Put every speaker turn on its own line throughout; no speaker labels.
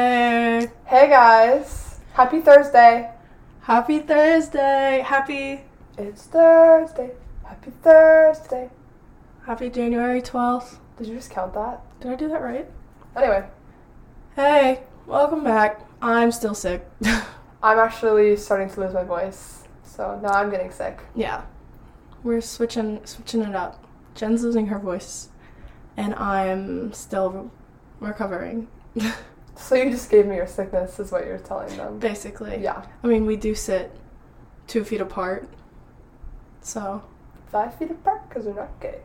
Hey,
Hey guys, happy Thursday.
happy Thursday. Happy
It's Thursday. Happy Thursday.
happy January 12th.
Did you just count that?
Did I do that right?
Anyway,
Hey, welcome back. I'm still sick.
I'm actually starting to lose my voice. So now I'm getting sick.
yeah. We're switching switching it up. Jen's losing her voice and I'm still re- recovering.
So you just gave me your sickness, is what you're telling them.
Basically.
Yeah.
I mean, we do sit 2 feet apart. So,
Five feet apart because we're not gay.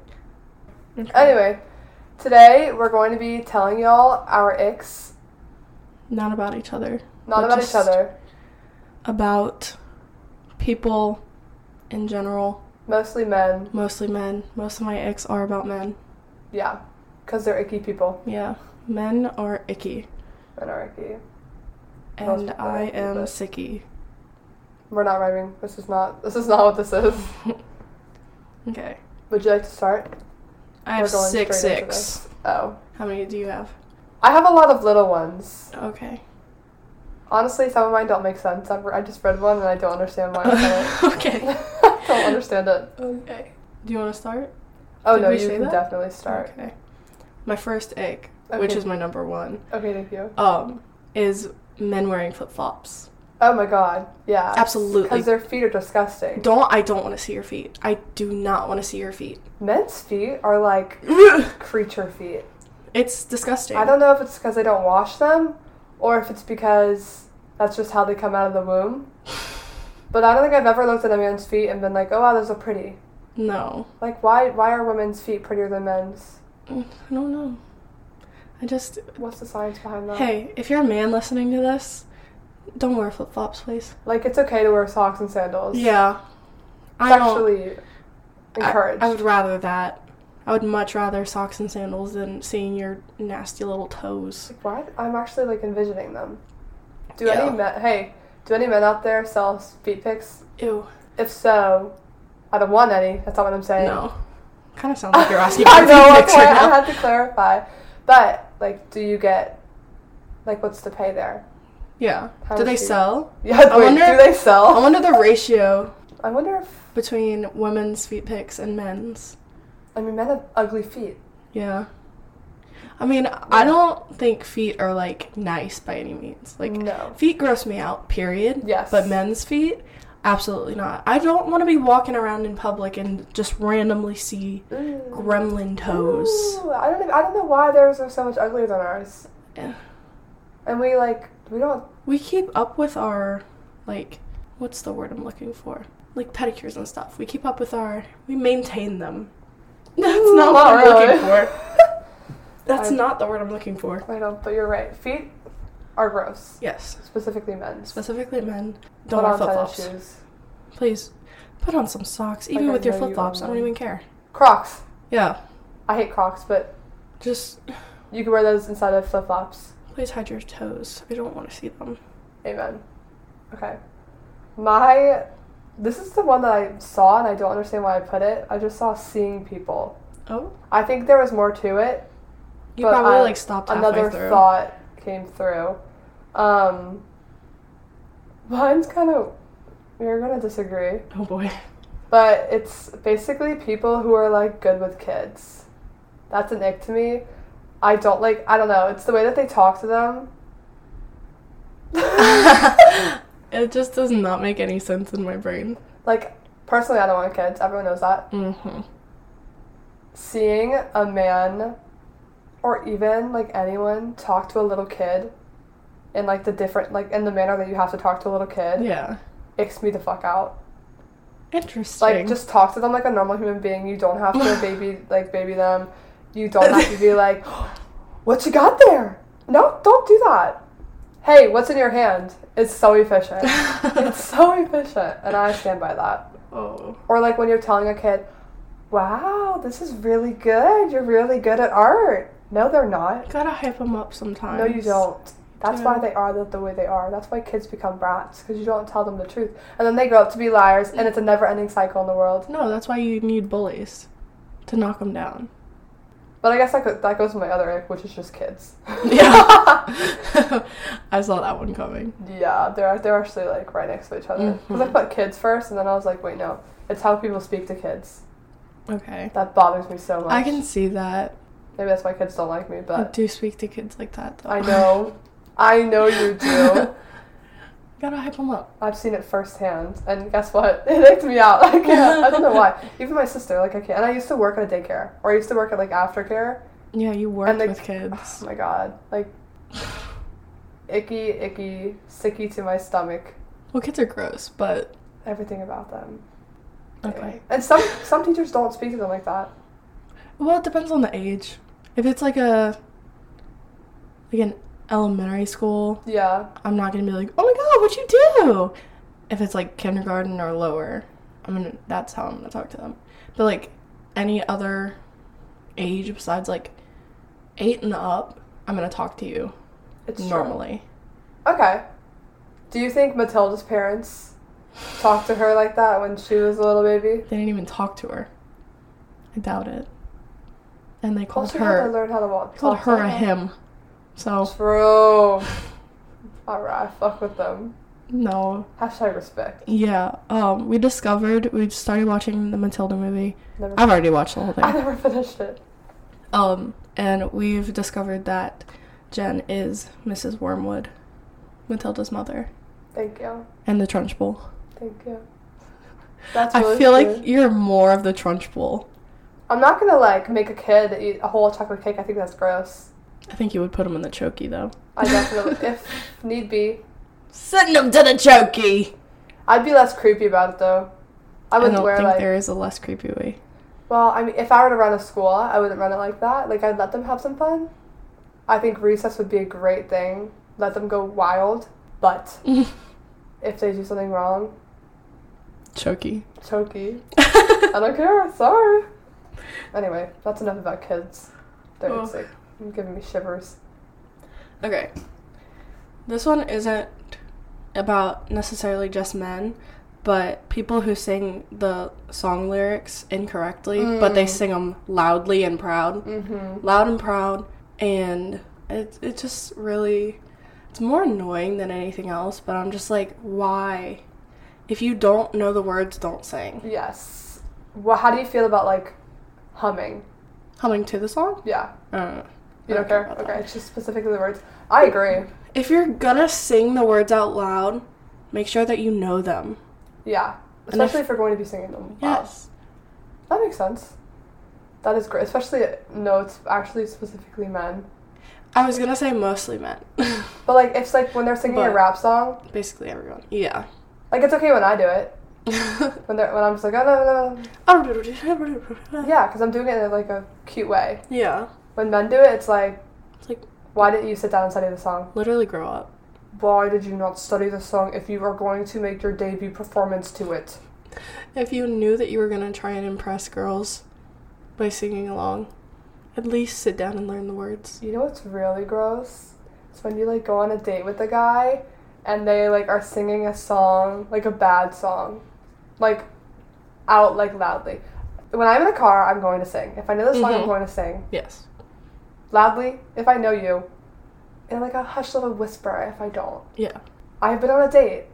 Anyway, today we're going to be telling y'all our icks,
not about each other.
not
But
about
just-
each other,
About people in general.
mostly men.
Mostly men. Most of my icks are about men.
Yeah, because they're icky people.
Yeah. Men are icky.
Men are icky. Most
And
people
I
are icky,
am
but-
sicky.
We're not rhyming. This is not. This is not what this is.
okay.
Would you like to start?
I have
We're going
six
straight into
six.
this. Oh.
How many do you have?
I have a lot of little ones.
Okay.
Honestly, some of mine don't make sense. I've, I just read one and I don't understand why I said it.
okay.
I don't understand it.
Okay. Do you want to start?
Oh
Did
no,
we
you
say
can
that?
definitely start.
Okay. My first ick, which
Okay.
is my number one,
Okay. thank you.
um, is men wearing flip flops.
Oh my god, yeah.
Absolutely.
Because their feet are disgusting.
Don't I don't want to see your feet. I do not want to see your feet.
Men's feet are like creature feet.
it's disgusting.
I don't know if it's because they don't wash them or if it's because that's just how they come out of the womb. But I don't think I've ever looked at a man's feet and been like, oh wow, those are pretty.
No.
Like, why why are women's feet prettier than men's?
I don't know. I just
What's the science behind that?
Hey, if you're a man listening to this, don't wear flip flops, please.
Like it's okay to wear socks and sandals.
Yeah.
It's
I don't-
actually
I-
encouraged.
I, would rather that. I would much rather socks and sandals than seeing your nasty little toes.
Like, why? I'm actually like envisioning them. Do
Yeah.
any men? Hey, do any men out there sell feet pics?
Ew.
If so, I don't want any. That's not what I'm saying.
No. Kind of sounds like you're asking for
I
a
know.
picture
Okay, I
now.
had to clarify. But like, do you get like what's the pay there?
Yeah.
How
Do
is
they
she? Oh.
sell?
Yeah. Wait,
wonder-
do they
I
sell?
wonder the ratio
I wonder if
between women's feet pics and men's.
I mean men have ugly feet.
Yeah. I mean, I don't think feet are like nice by any means. Like
no.
Feet gross me out, period.
Yes.
But men's feet, absolutely not. I don't want to be walking around in public and just randomly see
Mm.
gremlin toes.
Ooh, I don't. Even, I don't know why theirs are so much uglier than ours.
Eh.
And we like we don't.
We keep up with our, like, what's the word I'm looking for? Like pedicures and stuff. We keep up with our, we maintain them. That's not what I'm
really.
looking for. That's
I-
not the word I'm looking for.
I know, but you're right. Feet are gross,
Yes.
specifically men's.
Specifically, men
Put
don't wear
on
flip
tennis
flops.
shoes.
Please, put on some socks, even
Like, I
with your
know you
flip flops. I
own
don't
them.
even care.
Crocs.
Yeah.
I hate Crocs, but
Just
you can wear those inside of flip flops.
Please hide your toes. I don't want to see them.
Amen. Okay. My. This is the one that I saw, and I don't understand why I put it. I just saw seeing people.
Oh,
I think there was more to it,
you
But
probably
I-
like stopped halfway
another
through.
thought came through. Um, mine's kind of we're gonna disagree,
Oh boy.
but it's basically people who are like good with kids. That's an ick to me. I don't like. I don't know. It's the way that they talk to them.
It just does not make any sense in my brain.
like personally, I don't want kids. Everyone knows that.
Mm-hmm.
Seeing a man, or even like anyone, talk to a little kid, in like the different like in the manner that you have to talk to a little kid,
Yeah.
icks me the fuck out.
Interesting.
like just talk to them like a normal human being. You don't have to baby like baby them. You don't have to be like, what you got there? No, don't do that. Hey, what's in your hand? It's so efficient. it's so efficient, and I stand by that.
oh.
Or like when you're telling a kid, "Wow, this is really good. You're really good at art." No, they're not.
Gotta hype them up sometimes.
No, you don't. That's why
Yeah.
they are the, the way they are. That's why kids become brats because you don't tell them the truth, and then they grow up to be liars,
Mm.
and it's a never-ending cycle in the world.
No, that's why you need bullies to knock them down.
But I guess that, go- that goes to my other ick, which is just kids.
Yeah. I saw that one coming.
Yeah, they're they're actually like right next to each other.
Mm-hmm.
Because I put kids first, and then I was like, wait, no, it's how people speak to kids.
Okay.
That bothers me so much.
I can see that.
Maybe that's why kids don't like me,
I
but
do speak to kids like that though.
I know, I know you do.
Gotta hype them up.
I've seen it firsthand, and guess what? It icked me out. Like I don't know why. Even my sister, like I can't. And I used to work at a daycare, or I used to work at like aftercare.
Yeah, you work
the-
with
Oh
kids.
my god, like icky, icky, sicky to my stomach.
Well, kids are gross, but
Everything about them.
okay.
Anyway. And some some teachers don't speak to them like that.
Well, it depends on the age. If it's like a like an elementary school,
Yeah.
I'm not gonna be like, oh my god, what you do? If it's like kindergarten or lower, I'm gonna that's how I'm gonna talk to them. But like any other age besides like eight and up, I'm gonna talk to you
It's
normally.
True. Okay. Do you think Matilda's parents talked to her like that when she was a little baby?
They didn't even talk to her. I doubt it. And they
Well,
called
she had to
her
learn how to walk.
called
talk
her
to
a him. So
True. Alright, I fuck with them.
no.
Hashtag respect.
Yeah. Um we discovered we've started watching the Matilda movie.
Never
I've already watched the whole
I
thing.
never finished it.
Um and we've discovered that Jen is Mrs. Wormwood, Matilda's mother,
Thank you.
and the Trunchbull.
Thank you. That's
I
really
feel like
cute.
you're more of the Trunchbull.
I'm not gonna like make a kid eat a whole chocolate cake. I think that's gross.
I think you would put him in the chokey though.
I definitely, if need be,
Send him to the chokey.
I'd be less creepy about it though. I
I
wouldn't
don't
wear
think
like.
there is a less creepy way.
Well, I mean, if I were to run a school, I wouldn't run it like that. Like, I'd let them have some fun. I think recess would be a great thing. Let them go wild. But if they do something wrong,
Chokey.
chokey. I don't care. Sorry. Anyway, that's enough about kids. They're
Oh.
sick. You're giving me shivers.
Okay. This one isn't about necessarily just men, but people who sing the song lyrics incorrectly, but they
Mm.
sing them loudly and proud.
Mm-hmm.
Loud and proud, and it, it just really. It's more annoying than anything else, but I'm just like, why? If you don't know the words, don't sing.
Yes. Well, how do you feel about, like, humming?
Humming to the song?
Yeah.
Uh,
You don't
Okay,
care?
about that.
Okay, it's just specifically the words. I agree.
if you're gonna sing the words out loud, make sure that you know them.
Yeah.
And if-
Especially if, we're going to be singing them. loud. That makes sense. That is great, especially no, it's actually specifically men.
I was gonna say mostly men.
But like, it's like when they're singing a
But-
rap song,
Basically everyone. Yeah.
like it's okay when I do it. When they're when I'm just like, oh no, no, no, no. yeah, because I'm doing it in like a cute way.
yeah.
When men do it, it's like,
It's like
why didn't you sit down and study the song?
literally grow up.
Why did you not study the song if you are going to make your debut performance to it?
If you knew that you were gonna try and impress girls by singing along, at least sit down and learn the words.
You know what's really gross? It's when you like go on a date with a guy and they like are singing a song, like a bad song. Like out like loudly. When I'm in a car, I'm going to sing. If I know the song,
Mhm.
I'm going to sing.
Yes.
Loudly, if I know you. In like a hushed little whisper if I don't.
Yeah.
I've been on a date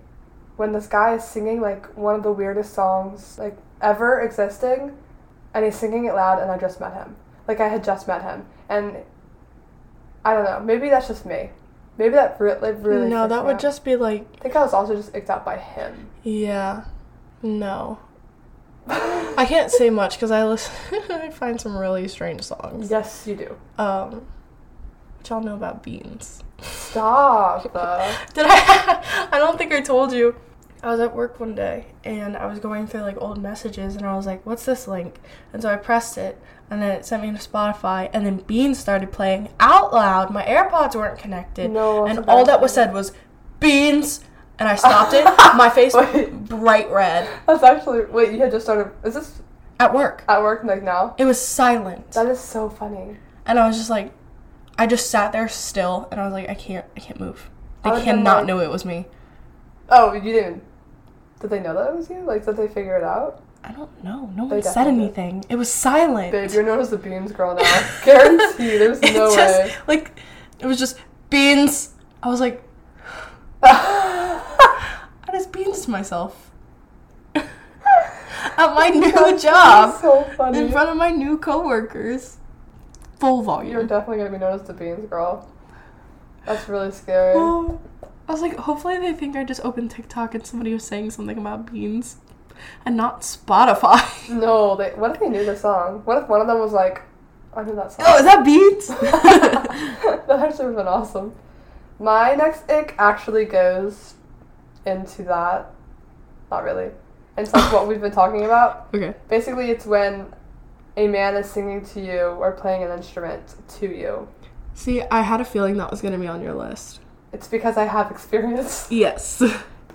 when this guy is singing like one of the weirdest songs like ever existing and he's singing it loud and I just met him. Like I had just met him and I don't know, maybe that's just me. Maybe that re- like, really
no,
freaked
that
me
would
out.
just be like,
I think I was also just icked out by him.
yeah. No. I can't say much because I listen. I find some really strange songs.
Yes, you do.
Um, which I'll know about beans.
Stop. though.
Did I? I don't think I told you. I was at work one day and I was going through like old messages and I was like, "What's this link?" And so I pressed it and then it sent me to Spotify and then Bean started playing out loud. My AirPods weren't connected
No,
and
that's
all that was said was Beans and I stopped it. My face
Wait.
bright red
That's actually wait, you had just started is this
at work.
at work like now?
It was silent
That is so funny.
and I was just like, I just sat there still and I was like, I can't, I can't move.
I
They
would've been
cannot
like-
know it was me.
Oh, you didn't did they know that it was you? Like did they figure it out?
I don't know. No
They
one said
definitely
anything. It was silent.
Babe, you're known as the beans girl now. Guarantee, there's
It
no
just,
way.
Like, it was just beans. I was like, I just beans myself at my new job
so funny.
in front of my new coworkers. Full
You're
volume.
definitely gonna be known as the beans girl. That's really scary.
Oh, I was like, hopefully they think I just opened TikTok and somebody was saying something about beans and not Spotify.
No, they. What if they knew the song? What if one of them was like, "I knew that song."
oh, is that beans?
that actually would have been awesome. My next ick actually goes into that. Not really. It's like what we've been talking about.
okay.
Basically, it's when a man is singing to you or playing an instrument to you.
See, I had a feeling that was going to be on your list.
It's because I have experience.
Yes.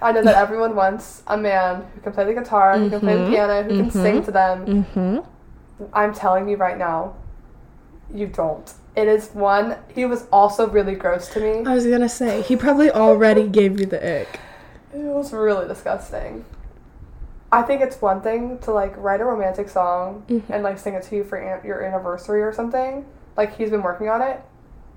I know that everyone wants a man who can play the guitar, who can play the
Mhm,
piano, who can sing
mhm.
to them.
Mm-hmm.
I'm telling you right now, you don't. It is one. He was also really gross to me.
I was gonna say he probably already gave you the ick.
It was really disgusting. I think it's one thing to like write a romantic song
Mhm.
and like sing it to you for an- your anniversary or something. Like he's been working on it.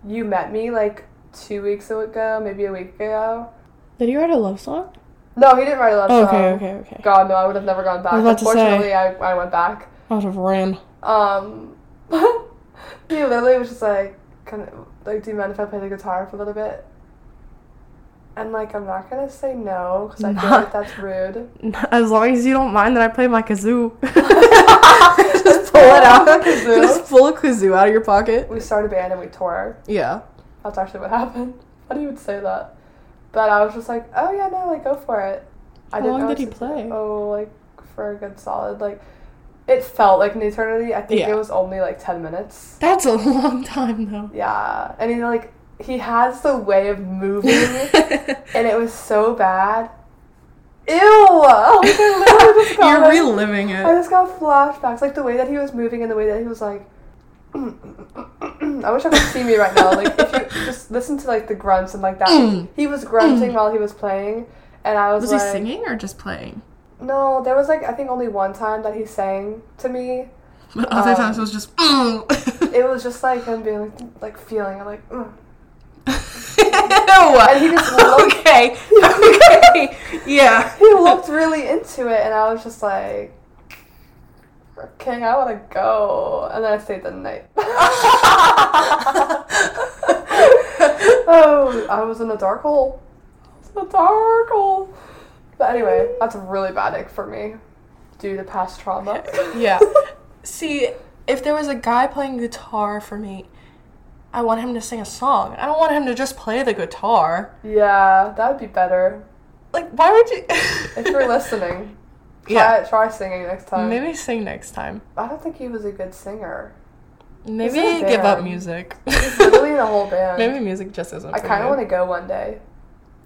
You met me like two weeks ago, maybe a week ago.
Did he write a love song?
No, he didn't write a love song.
Oh, okay, okay, okay.
God, no, I would have never gone back.
I was about to say.
Unfortunately, I, I went back.
I would have ran.
Um, he literally was just like, "Can like, do you mind if I play the guitar for a little bit?" And like, I'm not gonna say no because I feel like that's rude.
As long as you don't mind that I play my kazoo.
Just
just pull it out.
Kazoo.
Just pull a kazoo out of your pocket.
We started a band and we tore.
Yeah.
That's actually what happened. How do you would say that? But I was just like, "Oh yeah, no, like go for it." I
How long
know
did he
it's-
play?
Oh, like for a good solid like. It felt like an eternity. I think
Yeah.
it was only like ten minutes.
That's a long time though.
Yeah, and he like he has the way of moving, and it was so bad. Ew! Oh my God, literally just got,
You're
like-
reliving
I
it.
just got flashbacks, like the way that he was moving and the way that he was like. I wish I could see me right now. Like if you just listen to like the grunts and like that,
Mm.
he was grunting while he was playing, and I was,
Was he
like,
singing or just playing?
no, there was like I think only one time that he sang to me.
But other
Um,
times it was just.
It was just like him being like, like feeling. I'm like, mm.
Ew.
And he just looked-
okay. Okay. Yeah.
he looked really into it, and I was just like, okay, I want to go. And then I stayed the night. oh, I was in a dark hole. I was in a dark hole. But anyway, that's a really bad ick for me due to past trauma.
Yeah. See, if there was a guy playing guitar for me, I want him to sing a song. I don't want him to just play the guitar.
yeah, that would be better.
Like, why would you?
If you're uh, listening,
yeah.
try, try singing next time.
Maybe sing next time.
I don't think he was a good singer.
Maybe
Isn't it
give up
bad?
music.
Literally in a whole band.
Maybe music just isn't.
I kind of want to go one day.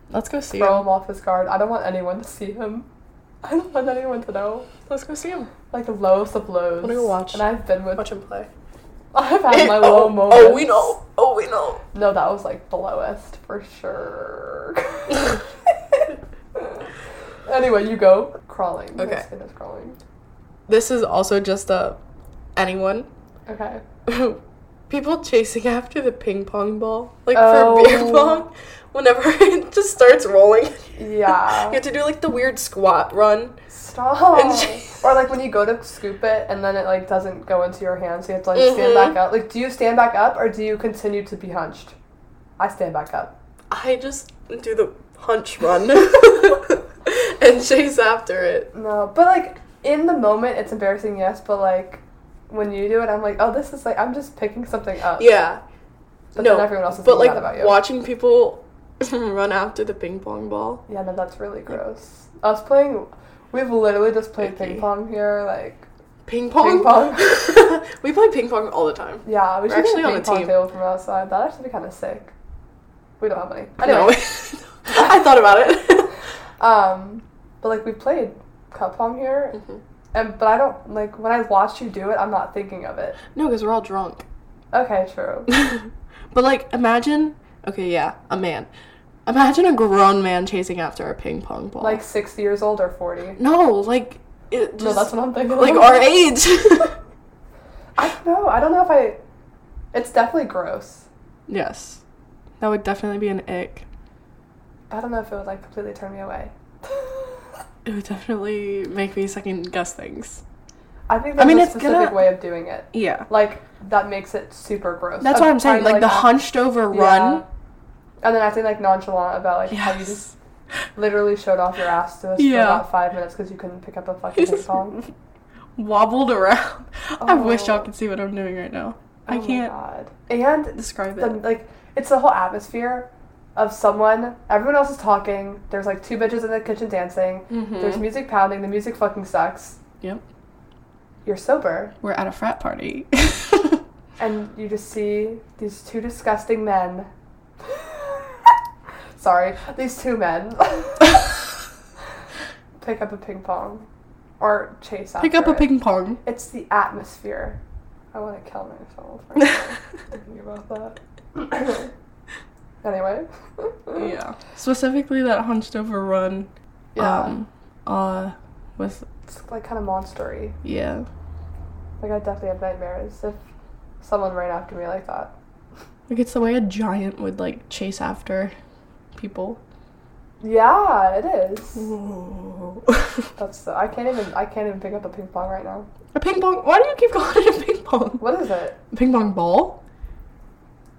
to. Let's go see
throw
him.
him off his guard. I don't want anyone to see him. I don't want anyone to know.
Let's go see him.
Like the lowest of lows.
Wanna go watch?
And I've been with.
Watch him play.
I've had my
oh,
low moments.
oh, we know. Oh, we know.
No, that was like the lowest for sure. anyway, you go crawling. My
Okay.
skin is crawling.
This is also just a anyone.
Okay.
people chasing after the ping pong ball, like
Oh.
for beer pong, whenever it just starts rolling. You
Yeah.
have to do like the weird squat run.
Stop.
And she-
or like when you go to scoop it and then it like doesn't go into your hand, so you have to like
Mhm.
stand back up. Like, do you stand back up or do you continue to be hunched? I stand back up.
I just do the hunch run and chase after it.
No, but like in the moment, it's embarrassing, yes. But like when you do it, I'm like, oh, this is like I'm just picking something up.
Yeah.
But
no,
then everyone else is
but like
thinking that about you.
watching people run after the ping pong ball.
yeah, no, that's really gross. Us playing, we've literally just played
Icky.
ping pong here. Like,
Ping pong.
Ping pong.
we play ping pong all the time.
yeah, we
We're
should
actually
get
on
a ping
a
pong
team.
table from outside. That'd actually be kind of sick. We don't have money.
No.
Anyway,
I thought about it.
um, but like we played cup pong here,
Mhm.
and but I don't like when I watch you do it, I'm not thinking of it.
No, because we're all drunk.
Okay, true.
but like imagine okay yeah a man imagine a grown man chasing after a ping pong ball
like 60 years old or 40.
no like it just
no, that's what I'm thinking.
like
of.
our age
I don't know. I don't know if I. It's definitely gross.
yes that would definitely be an ick
I don't know if it would like completely turn me away.
It would definitely make me second guess things.
I think there's
mean,
a
it's
specific
gonna-
way of doing it.
Yeah.
Like that makes it super gross.
That's what I'm saying.
trying
Like the
to, act-
hunched over
Yeah.
run.
And then acting like nonchalant about like how you just
Yes.
literally showed off your ass to us
Yeah.
for about five minutes because you couldn't pick up a fucking ping pong.
Wobbled around. I wish y'all
Oh.
could see what I'm doing right now.
Oh
I
my
can't
God. And
describe it.
the, like it's the whole atmosphere of someone. Everyone else is talking. There's like two bitches in the kitchen dancing.
Mhm.
There's music pounding. The music fucking sucks.
Yep.
You're sober,
We're at a frat party.
and you just see these two disgusting men. Sorry, these two men pick up a ping pong, or chase after
Pick up a
it.
ping pong.
It's the atmosphere. I want to kill myself. right now. Thinking about that. anyway.
yeah. Specifically that hunched over run.
Yeah.
Um uh with
it's like kind of monstery.
yeah.
Like I definitely have nightmares if someone ran after me like that.
Like it's the way a giant would like chase after people.
Yeah, it is.
a
That's the, I can't even I can't even pick up a ping pong right now.
ping pong why do you keep calling it a ping pong?
What is it?
Ping pong ball?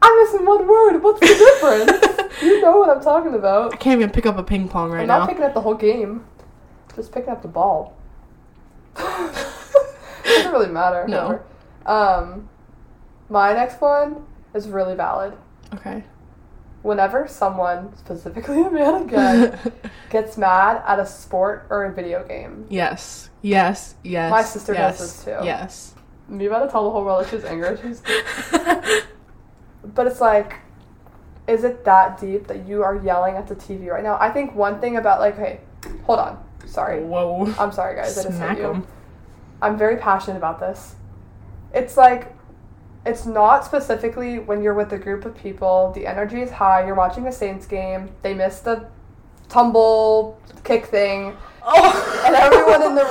I'm missing one word. What's the difference? you know what I'm talking about.
I can't even pick up a ping pong right
I'm
now.
not picking up the whole game. Just picking up the ball. Doesn't really matter.
No.
whatever. Um, my next one is really valid.
okay.
Whenever someone, specifically a man again, gets mad at a sport or a video game,
yes. Yes. Yes.
My sister
yes,
does this too.
Yes.
you about to tell the whole world that she's angry. She's, but it's like, is it that deep that you are yelling at the TV right now? I think one thing about like, hey, hold on, sorry,
Whoa.
I'm sorry guys, I just hit
Smack
you.
'em.
I'm very passionate about this. It's like, it's not specifically when you're with a group of people, the energy is high, you're watching a Saints game, they miss the tumble kick thing,
Oh.
and everyone in the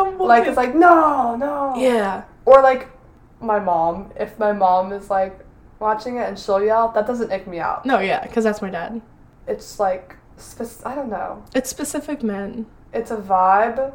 room, like, oh. it's like, no, no.
yeah.
Or like, my mom, if my mom is like watching it and she'll yell, that doesn't ick me out.
No, yeah, because that's my dad.
It's like, spec- I don't know.
It's specific men,
It's a vibe,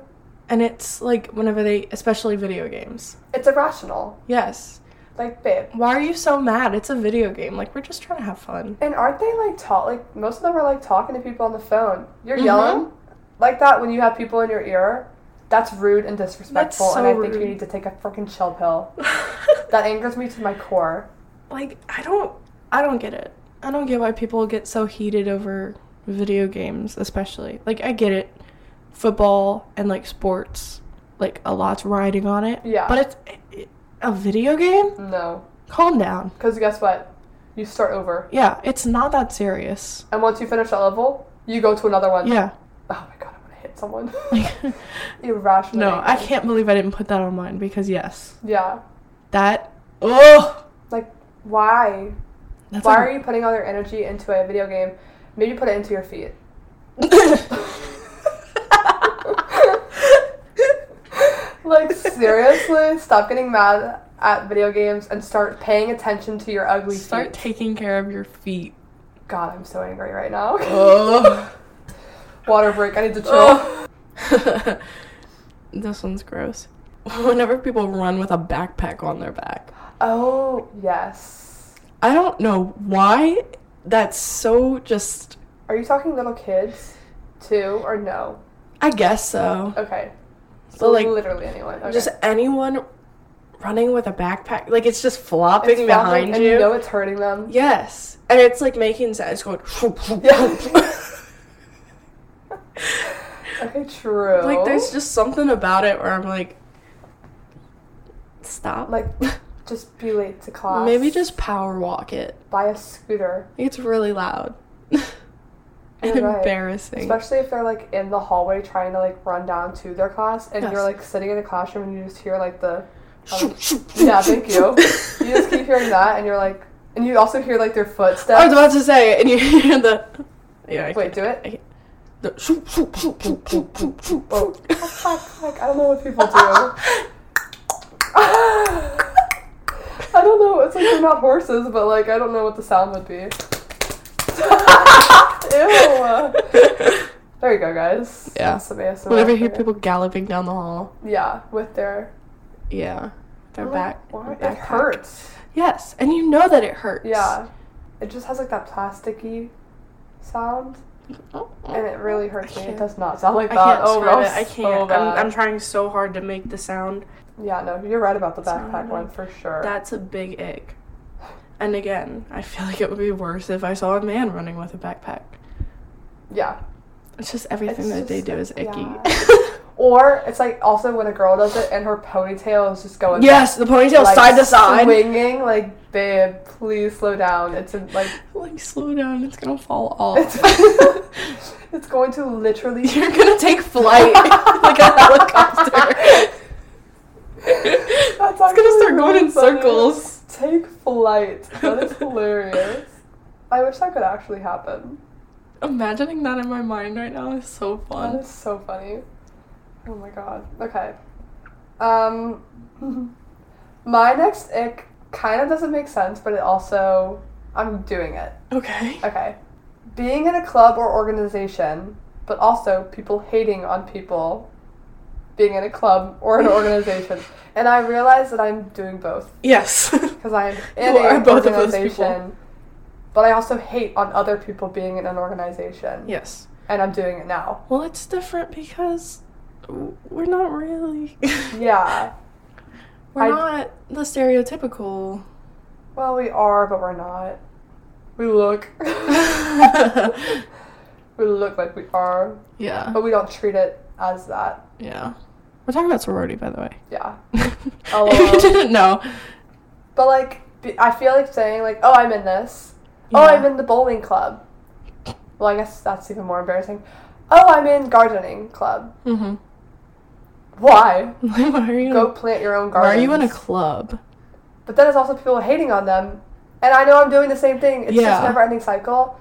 and it's like whenever they, especially video games.
it's irrational.
Yes.
Like, babe.
Why are you so mad? It's a video game. Like we're just trying to have fun.
And aren't they like talk like most of them are like talking to people on the phone. You're
Mm-hmm.
yelling like that when you have people in your ear. That's rude and disrespectful,
That's so
and I think you
rude.
need to take a freaking chill pill. That angers me to my core.
like I don't, I don't get it. I don't get why people get so heated over video games, especially. Like I get it, football and like sports, like a lot's riding on it.
Yeah.
But it's it, a video game.
No,
Calm down.
because guess what? You start over,
Yeah, it's not that serious.
and once you finish that level, you go to another one.
Yeah.
Oh my god, I'm gonna hit someone. Irrational.
No, I
anger.
can't believe I didn't put that on mine because yes,
Yeah.
that. Oh,
Like, why?
that's
why
like-
are you putting all your energy into a video game? Maybe put it into your feet. Like seriously, stop getting mad at video games and start paying attention to your ugly
Start
feet.
taking care of your feet.
God, I'm so angry right now.
Oh.
Water break. I need to chill.
this one's gross. Whenever people run with a backpack on their back,
Oh yes.
I don't know why. That's so just.
Are you talking little kids too, or no?
I guess so.
Okay.
But, like,
literally anyone. Okay.
Just anyone running with a backpack, like it's just flopping
It's flopping
behind
and
you.
know it's hurting them.
Yes, and it's like making sound. It's going.
Okay, true.
like there's just something about it where I'm like, stop.
like just be late to class.
maybe just power walk it.
buy a scooter,
It's really loud and
You're right.
embarrassing.
especially if they're like in the hallway trying to like run down to their class, and
Yes.
you're like sitting in the classroom and you just hear like the um, Yeah, thank you. You just keep hearing that, and you're like, and you also hear like their
I was
footsteps.
about to say, it, and you hear the. Yeah, I
Wait, do
I
it.
can't. The shoop, shoop, shoop, shoop, shoop, shoop, shoop.
Oh, clack, clack, clack. I don't know what people do. I don't know. It's like they're not horses, but like I don't know what the sound would be. There you go, guys.
Yeah.
That's some ASMR
Whenever you hear
for you.
people galloping down the hall,
Yeah, with their
yeah, their
I'm like,
back.
"Why?
their
It
backpack.
hurts.
Yes, and you know that it hurts.
Yeah. It just has like that plasticky sound, and it really hurts
Oh. I
me. It
can't-
does not sound like
I
that.
can't
oh, that
describe
was
it. I
so
can't.
bad.
I'm, I'm trying so hard to make the sound.
Yeah, no, you're right about the
It's not
backpack
annoying.
one for sure.
That's a big ick. And again, I feel like it would be worse if I saw a man running with a backpack.
yeah.
It's just everything
It's
that they
just-
do is icky.
Or it's like also when a girl does it and her ponytail is just going
yes, the ponytail
like,
side to side.
swinging. Like, babe, please slow down. It's a, like
Like slow down, it's gonna fall off.
it's it's going to literally
You're gonna take flight like a helicopter. it's
That's
gonna
actually
start going
really
in
funny.
circles.
Take flight. That is hilarious. I wish that could actually happen.
Imagining that in my mind right now is so
That
fun.
is so funny. Oh my god. Okay. Um, my next ick kind of doesn't make sense, but it also I'm doing it.
Okay.
Okay. Being in a club or organization, but also people hating on people being in a club or an organization. and I realize that I'm doing both
Yes.
because I am in
You are
an
both of those people.
organization. But I also hate on other people being in an organization.
yes.
And I'm doing it now.
Well, it's different because w- we're not really.
Yeah.
We're
I-
not the stereotypical.
Well, we are, but we're not. We look. we look like we are,
yeah.
but we don't treat it as that.
Yeah. We're talking about sorority, by the way.
Yeah. Oh,
if you didn't know.
But like, be- I feel like saying like, "Oh, I'm in this." Oh, I'm in the bowling club. Well, I guess that's even more embarrassing. Oh, I'm in gardening club.
Mm-hmm.
Why?
Like, why are you?
Go
Go
plant your own
Mm. why
garden.
are you in a club?
But then it's also people hating on them, and I know I'm doing the same thing. It's
Yeah.
just never-ending cycle.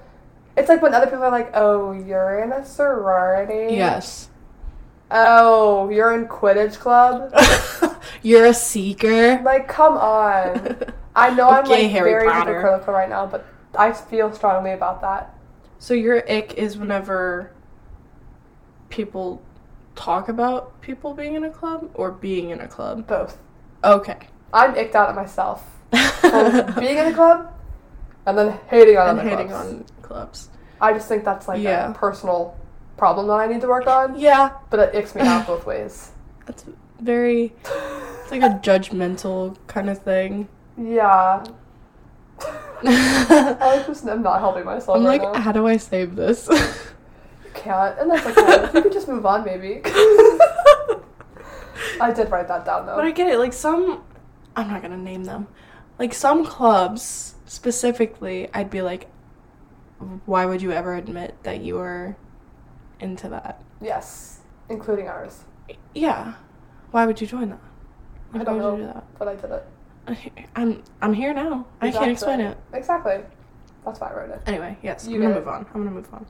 It's like when other people are like, "Oh, you're in a sorority."
Yes.
Oh, you're in Quidditch club.
You're a seeker.
Like, come on. I know I'm
Okay,
like
Harry
very
Potter.
hypocritical right now, but I feel strongly about that.
so your ick is whenever people talk about people being in a club or being in a club.
Both.
Okay.
I'm icked out at myself. from Oh, being in a club and then hating on
and
other
hating
clubs.
on clubs.
I just think that's like
Yeah.
a personal problem that I need to work on,
Yeah,
but it icks me out both ways.
that's very it's like a judgmental kind of thing.
yeah. I
I'm
just am not helping myself
like,
right now.
how do I save this?
You can't, and that's okay. you can just move on, maybe. I did write that down though.
But I get it. Like some, I'm not gonna name them. Like some clubs specifically, I'd be like, why would you ever admit that you were into that?
yes, including ours,
Yeah, why would you join that?
I
Like,
don't
why would you
know.
do that?
but I did it.
I- I'm I'm here now. I
Exactly.
can't explain it.
Exactly. That's why I wrote it.
Anyway, yes,
You
I'm gonna
get it.
move on. I'm gonna move on.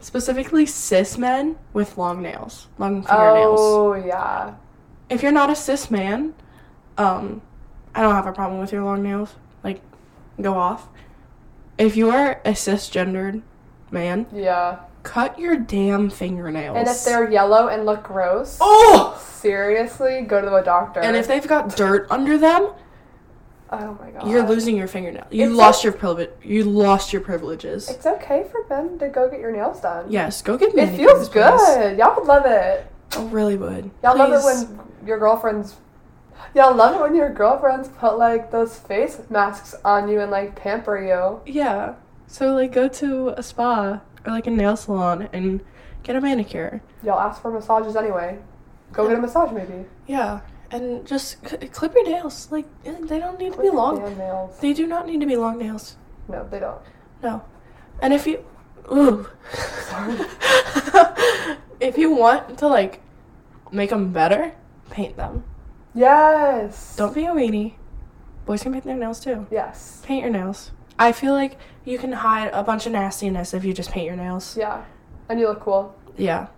Specifically, cis men with long nails, long fingernails.
Oh yeah.
If you're not a cis man, um, I don't have a problem with your long nails. Like, go off. If you are a cisgendered man,
Yeah.
cut your damn fingernails.
And if they're yellow and look gross,
oh,
seriously, go to a doctor.
and if they've got dirt under them,
Oh my god.
you're losing your fingernail. You
It's
lost your privilege. You lost your privileges.
It's okay for men to go get your nails done.
yes, go get
It
manicures,
feels good.
please.
Y'all would love it.
I really would.
Y'all love it
Please.
when your girlfriends. Y'all love it when your girlfriends put like those face masks on you and like pamper you.
Yeah. So like go to a spa or like a nail salon and get a manicure.
Y'all ask for massages anyway. Go get a massage maybe.
Yeah. And just c- clip your nails. Like eh, they don't need to be
With your
long.
damn nails.
They do not need to be long nails.
No, they don't.
No. And if you ooh.
Sorry.
if you want to like make them better, paint them.
Yes.
Don't be a weenie. Boys can paint their nails too.
Yes.
Paint your nails. I feel like you can hide a bunch of nastiness if you just paint your nails.
Yeah. And you look cool.
Yeah.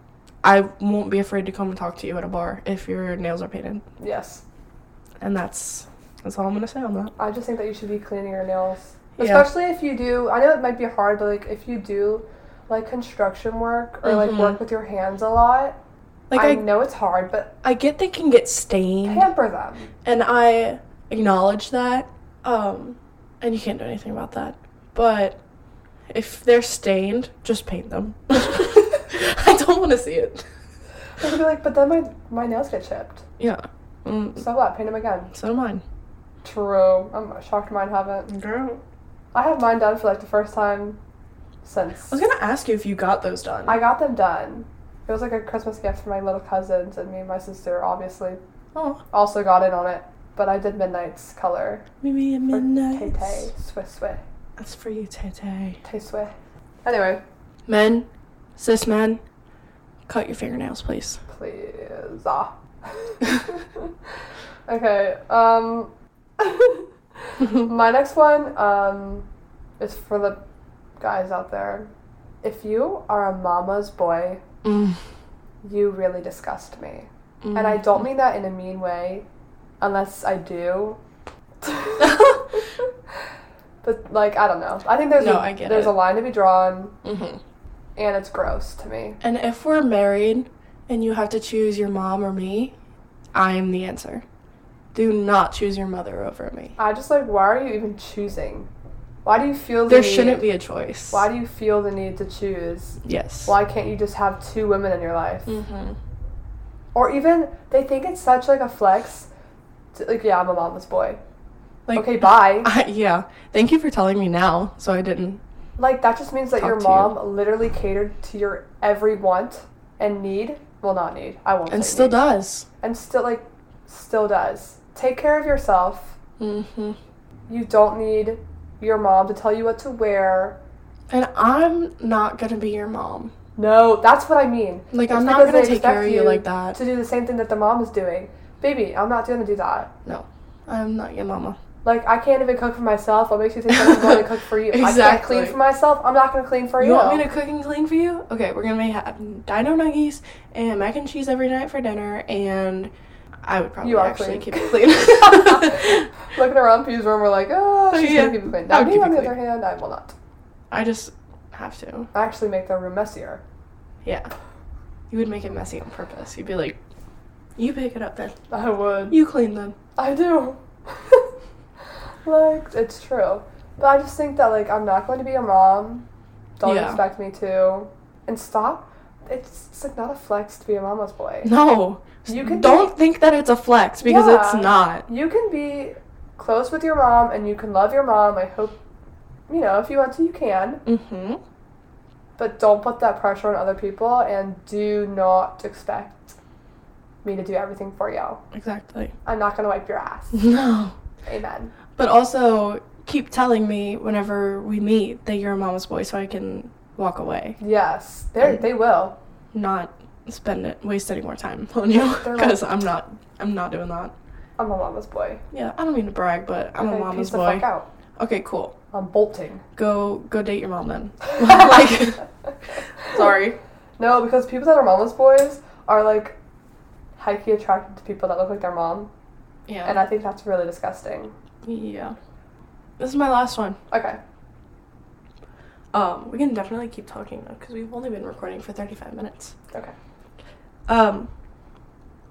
I won't be afraid to come and talk to you at a bar if your nails are painted.
Yes.
And that's that's all I'm gonna say on that.
I just think that you should be cleaning your nails.
Yeah.
Especially if you do, I know it might be hard, but like if you do like construction work or like
Mhm.
work with your hands a lot,
Like
I,
I,
know it's hard, but
I get they can get stained,
pamper them.
and I acknowledge that. Um, and you can't do anything about that. But if they're stained, just paint them. I don't want to see it.
They could be like, but then my my nails get chipped.
Yeah. Mm,
So what? Paint them again.
so do mine.
True. I'm shocked mine haven't.
Girl.
I have mine done for like the first time since
I was gonna ask you if you got those done.
I got them done. It was like a Christmas gift for my little cousins and me and my sister obviously
oh,
also got in on it. But I did Midnight's color
maybe at
for
midnight.
Tay Sway Sway.
That's for you, Tay Tay.
Tay Sway. Anyway,
Men, cis men, cut your fingernails, please.
please. Ah. okay. Um my next one um is for the guys out there. If you are a mama's boy,
Mm,
you really disgust me.
mm.
And I don't mean that in a mean way, unless I do.
Mm-hmm.
but like I don't know. I think there's
No,
a,
I get
there's
it.
a line to be drawn,
Mhm.
and it's gross to me.
And if we're married and you have to choose your mom or me, I am the answer. Do not choose your mother over me.
I just like why are you even choosing? Why do you feel the
There
need-
shouldn't be a choice.
Why do you feel the need to choose?
Yes.
Why can't you just have two women in your life?
Mm-hmm.
Or even they think it's such like a flex. To, like yeah, I'm a mama's boy.
Like,
okay, bye.
I, yeah. Thank you for telling me now, so I didn't.
Like that just means that
Talk
your
to you.
mom literally catered to your every want and need. Well, not need. I won't.
And
say
still
need.
does.
And still like, still does. Take care of yourself.
Mm-hmm.
You don't need your mom to tell you what to wear.
And I'm not gonna be your mom.
No, that's what I mean.
Like,
It's
I'm not
because
gonna
they
take care
expect
of you like that.
To do the same thing that the mom is doing, baby. I'm not gonna do that.
No, I'm not your mama.
Like I can't even cook for myself. What makes you think that I'm going to cook for you? I can't
Exactly.
clean for myself. I'm not gonna clean for you.
You want me to cook and clean for you? Okay, we're gonna make ha- dino nuggies and mac and cheese every night for dinner, and I would probably
You are
actually
clean.
keep it clean.
Looking around P's room, we're like, oh, she's
Yeah.
gonna keep it clean.
I
Now,
would
me
keep
on
it
the
clean.
other hand, I will not.
I just have to.
I actually make their room messier.
Yeah, you would make it messy on purpose. You'd be like, "You pick it up then.
I would.
You clean them."
I do. like it's true, but I just think that like I'm not going to be a mom. Don't
Yeah.
expect me to. And stop. It's, it's like not a flex to be a mama's boy.
No,
You can
don't think that it's a flex because it's
Yeah.
not.
You can be close with your mom, and you can love your mom. I hope, you know, if you want to, you can.
Mm-hmm.
But don't put that pressure on other people, and do not expect me to do everything for you.
Exactly.
I'm not gonna wipe your ass.
No.
Amen.
But also keep telling me whenever we meet that you're a mama's boy so I can walk away.
Yes, they they will.
Not spend it waste any more time on you
They're like-
because I'm not I'm not doing that.
I'm a mama's boy.
Yeah, I don't mean to brag, but I'm a
Okay,
mama's
peace the
boy.
fuck out.
Okay, cool.
I'm bolting.
Go go date your mom then. like sorry.
No, because people that are mama's boys are like highly attracted to people that look like their mom,
Yeah.
and I think that's really disgusting.
yeah. This is my last one.
Okay,
Um, we can definitely keep talking though because we've only been recording for 35 minutes.
okay.
um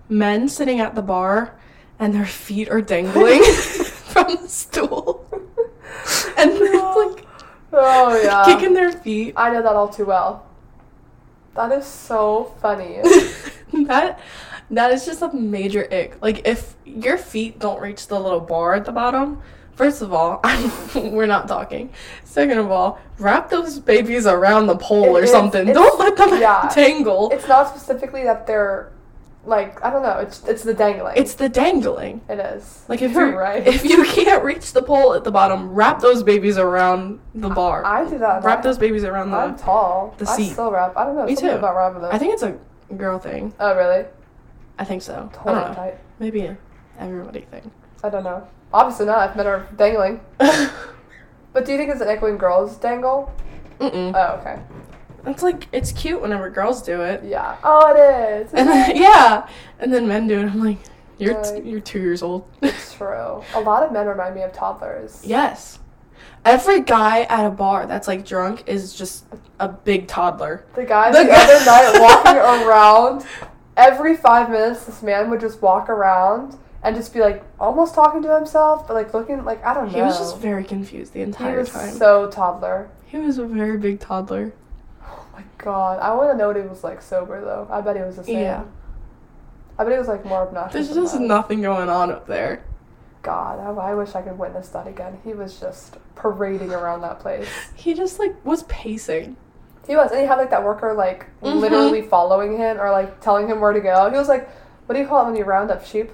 men sitting at the bar and their feet are dangling from the stool and they're like
Oh yeah.
kicking their feet
I know that all too well. That is so funny.
that that is just a major ick like if your feet don't reach the little bar at the bottom first of all we're not talking second of all wrap those babies around the pole
It
or
is-
something
it's-
don't let them
yeah.
tangle it's,
it's not specifically that they're like I don't know. It's it's the dangling.
the dangling
it is.
Like if
you're
you
right.
if you can't reach the pole at the bottom, wrap those babies around the bar.
I do that.
wrap those babies around
I'm
the.
tall.
the
I
seat.
still rap. I don't know.
Me
something
too.
About rapping though.
I think it's a girl thing.
Oh really?
I think so. I
Hold
don't
on
know.
tight.
Maybe a everybody thing.
I don't know. Obviously not. Men are dangling. But do you think it's an ick when girls dangle?
Mm-mm.
Oh, okay.
It's like it's cute whenever girls do it,
Yeah. Oh, it is.
and then, yeah, and then men do it. I'm like, you're t-
Right.
you're two years old.
it's true. A lot of men remind me of toddlers.
yes, Every guy at a bar that's like drunk is just a big toddler.
The guy
The
the,
guy-
other night walking around, every five minutes, this man would just walk around and just be like almost talking to himself, but like looking like I don't know.
He was just very confused the
He
entire
was
time.
so toddler.
he was a very big toddler.
Oh my god, I want to know what he was like sober though. I bet he was the same.
Yeah.
I bet he was like more obnoxious.
There's
than
just
that.
nothing going on up there.
God, I, I wish I could witness that again. He was just parading around that place.
He just like was pacing.
He was, and he had like that worker like
Mhm.
literally following him or like telling him where to go. He was like, "What do you call it when you round up sheep?"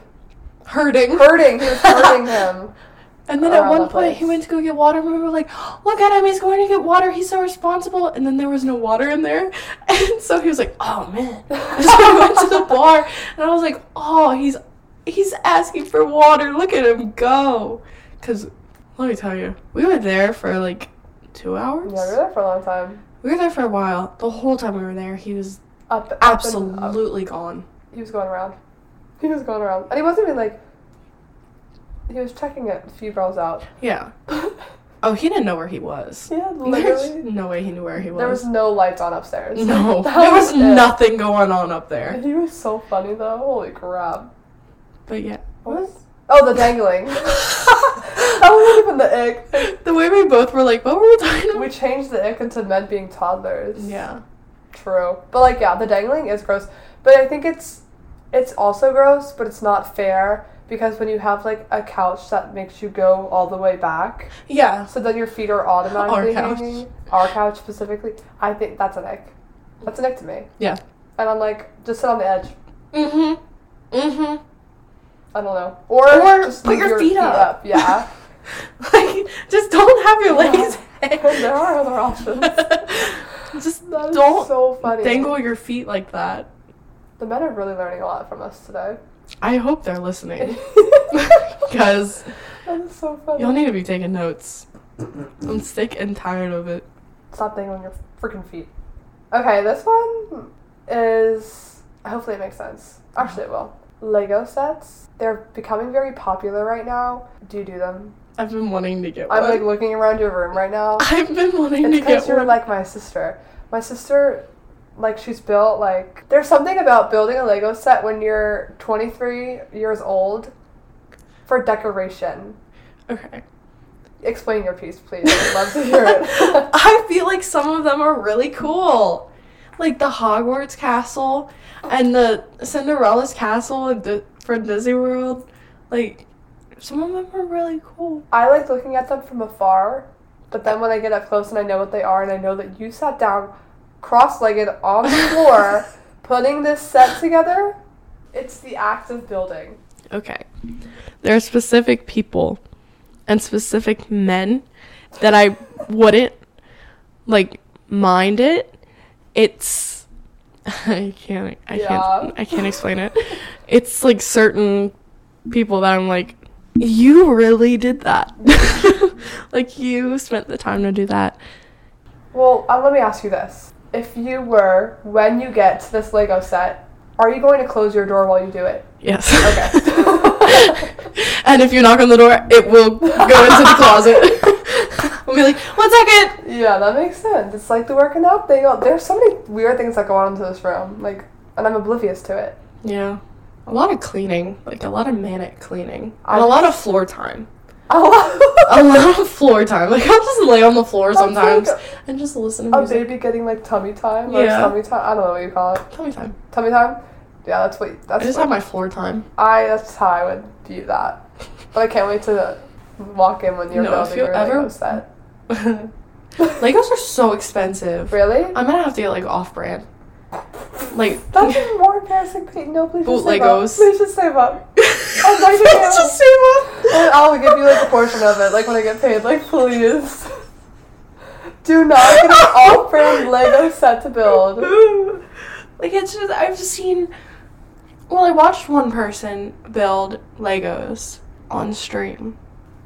Hurting.
Hurting. He was hurting him.
And then at
around
one
the
point he
place.
went to go get water and we were like, look at him, he's going to get water, he's so responsible. And then there was no water in there. And so he was like, oh man. And so he went to the bar and I was like, oh, he's he's asking for water. Look at him go. Cause let me tell you, we were there for like two
Yeah,
hours.
we were there for a long time.
We were there for a while. The whole time we were there, he was
Up, up and up.
absolutely gone.
He was going around. He was going around, and he wasn't even like. He was checking a few girls out.
Yeah. Oh, he didn't know where he was.
yeah,
There's
literally.
no way he knew where he was.
There was no lights on upstairs.
No,
That
there was
it.
nothing going on up there.
He was so funny though. Holy crap!
But yeah.
What? Oh, the dangling. that was even the egg.
the way we both were like, what were we talking about?
We changed the ick into men being toddlers.
yeah.
True. But like yeah, the dangling is gross. But I think it's it's also gross, but it's not fair because when you have like a couch that makes you go all the way back,
Yeah.
so then your feet are automatically
Our couch.
hanging. Our couch specifically. I think that's an ick. That's an ick to me.
Yeah.
And I'm like, just sit on the edge.
Mm
Mm-hmm.
hmm. Mm hmm.
I don't know. Or,
Or
just
put
leave
your feet up.
Yeah.
Like, just don't have your legs hanging.
there are other options.
just
Oh, That is
don't
so funny.
dangle your feet like that.
The men are really learning a lot from us today.
I hope they're listening.
that
Because
is so funny.
y'all need to be taking notes. I'm sick and tired of it.
Stop dangling your freaking feet. Okay, this one is. Hopefully, it makes sense. Actually, it will. Lego sets. They're becoming very popular right now. Do you do them?
I've been wanting to get
I'm
one.
like looking around your room right now.
I've been wanting
It's
to get
because you're
one.
like my sister. My sister, like, she's built, like, there's something about building a Lego set when you're 23 years old for decoration.
okay.
Explain your piece, please. I'd love to hear it.
I feel like some of them are really cool. Like the Hogwarts castle and the Cinderella's castle in Di- for Disney World. Like some of them are really cool.
I like looking at them from afar, but then when I get up close and I know what they are, and I know that you sat down cross legged on the floor putting this set together, it's the act of building.
Okay. There are specific people and specific men that I wouldn't like mind it. It's I can't I
Yeah.
can't I can't explain it. It's like certain people that I'm like you really did that. like you spent the time to do that.
Well, uh, let me ask you this. If you were, when you get to this Lego set, are you going to close your door while you do it?
Yes.
Okay.
and if you knock on the door, it will go into the closet. I'll be like, one second.
Yeah, that makes sense. It's like the working out thing. Oh, There's so many weird things that go on into this room, like, and I'm oblivious to it.
Yeah. A lot of cleaning, like a lot of manic cleaning.
I-
and a lot of floor time.
Oh,
A lot of floor time. Like I'll just lay on the floor
That's like
sometimes
a-
and just listen to
a
music.
baby getting like tummy time or
Yeah.
tummy time. I don't know what you call it.
Tummy time.
Tummy time. Yeah, that's what.
I
That's
just
what-
have my floor time.
I. That's how I would view that. But I can't wait to walk in when you're
No, if
building
you
your
ever-
Lego set.
Legos are so expensive.
Really?
I'm gonna have to get like off brand. Like
That's even more embarrassing, Peyton. No, please just save
Bootlegos.
up. Please just save up. I'm not gonna get
just save up.
And I'll give you like a portion of it, like when I get paid. Like, please. Do not get an off-brand Lego set to build.
like it's just I've seen well I watched one person build Legos on stream.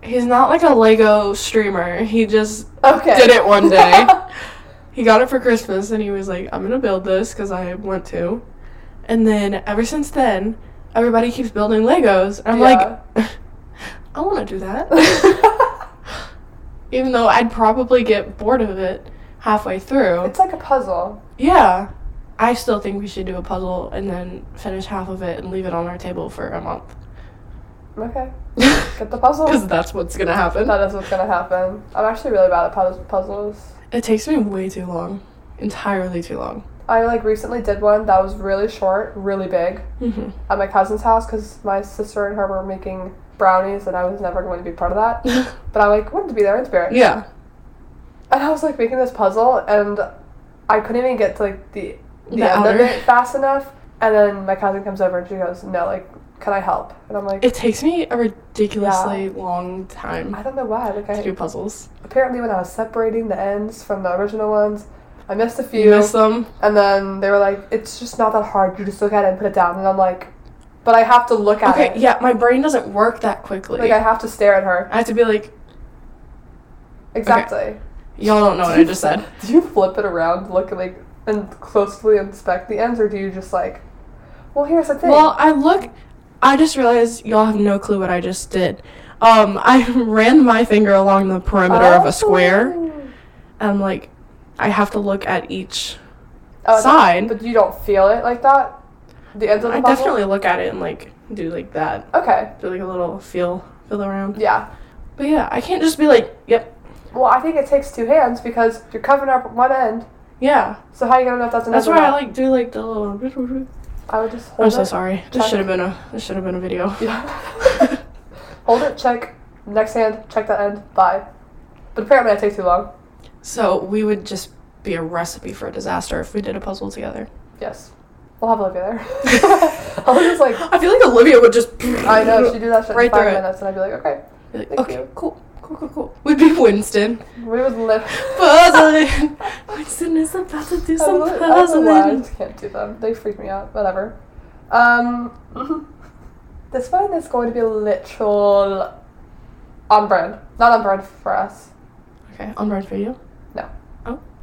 He's not like a Lego streamer. He just
Okay.
did it one day. he got it for Christmas and he was like, "I'm going to build this cuz I want to." And then ever since then, everybody keeps building Legos. And I'm like, I want to do that. even though I'd probably get bored of it halfway through.
It's like a puzzle.
Yeah. I still think we should do a puzzle and then finish half of it and leave it on our table for a month.
Okay.
Because
Get the puzzle.
that's what's going to happen.
That is what's gonna happen. I'm actually really bad at puz- puzzles.
It takes me way too long. Entirely too long.
I like recently did one that was really short, really big
Mm-hmm.
at my cousin's house because my sister and her were making brownies and I was never going to be part of that. But I like wanted to be there in spirit.
yeah.
And I was like making this puzzle and I couldn't even get to like the the,
The
end
outer.
of it fast enough. And then my cousin comes over and she goes, "No, like, can I help?" And I'm like,
It takes me a ridiculously long time
I don't know why. Like,
to do
I
puzzles.
apparently when I was separating the ends from the original ones, I missed a few.
You miss them?
And then they were like, it's just not that hard. You just look at it and put it down. And I'm like, but I have to look at
Okay,
it.
yeah, my brain doesn't work that quickly.
Like, I have to stare at her.
I have to be like,
Exactly.
y'all don't know what Oh, I just said.
Do you flip it around, look at, like, and closely inspect the ends, or do you just, like, well, here's the thing.
Well, I look. I just realized y'all have no clue what I just did. Um, I ran my finger along the perimeter of
Oh.
a square, and like, I have to look at each.
Oh,
Side.
But you don't feel it like that? The ends of the
I
puzzle?
definitely look at it and like do like that,
Okay.
do like a little feel, feel around.
Yeah.
But yeah, I can't just be like, yep,
Well, I think it takes two hands because you're covering up one end.
yeah.
So how are you gonna know if that's an
That's
end
why
or
I
not?
like do like the little.
I would just hold
I'm
it.
so sorry. This
Check.
should have been a. This should have been a video.
Yeah. Hold it, check. Next hand, check that end, bye. But apparently that takes too long.
So we would just be a recipe for disaster if we did a puzzle together.
Yes. We'll have Olivia there. I was just like,
I feel like Olivia would just.
I know, she'd do that shit
Right
in five
through it.
minutes, and I'd be like, okay.
Be like,
Thank
okay,
you.
cool, cool, cool, cool. We'd be Winston.
We would live.
Puzzling. Winston is about to do
I
some
don't know- I don't know why I
puzzling.
just can't do them. They freak me out. Whatever. Um, this one is going to be literal on brand. Not on brand for us.
Okay, on brand for you.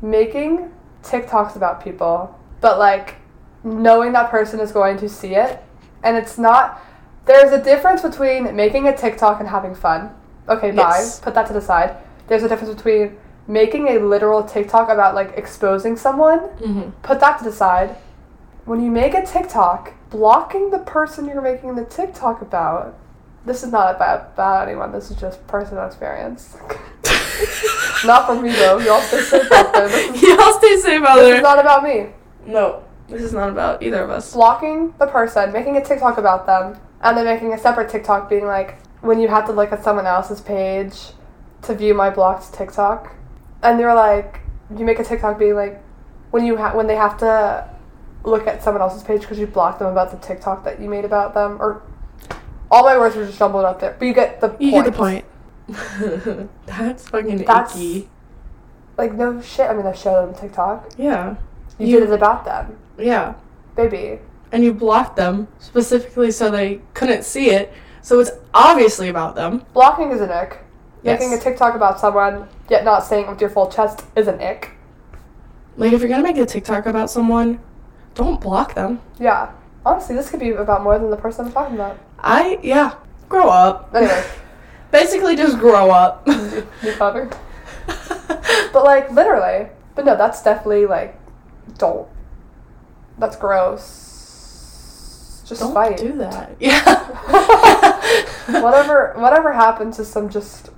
making TikToks about people, but like knowing that person is going to see it. And it's not, there's a difference between making a TikTok and having fun. Okay, bye.
Yes.
Put that to the side. There's a difference between making a literal TikTok about like exposing someone.
Mm-hmm.
Put that to the side. When you make a TikTok, blocking the person you're making the TikTok about. This is not about, about anyone. This is just personal experience. Not for me, though. Y'all stay safe out there. This
Y'all stay safe out
This is
there.
not about me.
no, this is not about either of us.
blocking the person, making a TikTok about them, and then making a separate TikTok being like, when you have to look at someone else's page to view my blocked TikTok, and you're like, you make a TikTok being like, when you ha- when they have to look at someone else's page because you blocked them about the TikTok that you made about them, or all my words were just jumbled up there, but you get the
You
point.
get the point. That's fucking
That's-
icky.
Like no shit, I mean, I showed them TikTok.
Yeah,
You,
You-
did it about them,
yeah.
baby.
And you blocked them specifically so they couldn't see it. So it's obviously about them.
Blocking is an ick. Making a
Yes.
TikTok about someone, yet not saying it with your full chest is an ick.
Like if you're gonna make a TikTok about someone, don't block them.
Yeah. Honestly, this could be about more than the person I'm talking about.
I yeah. Grow up.
Anyway,
Basically just grow up.
new cover. But like literally. But no, that's definitely like don't. That's gross. Just
Don't
fight.
do that. Yeah.
whatever whatever happened to some just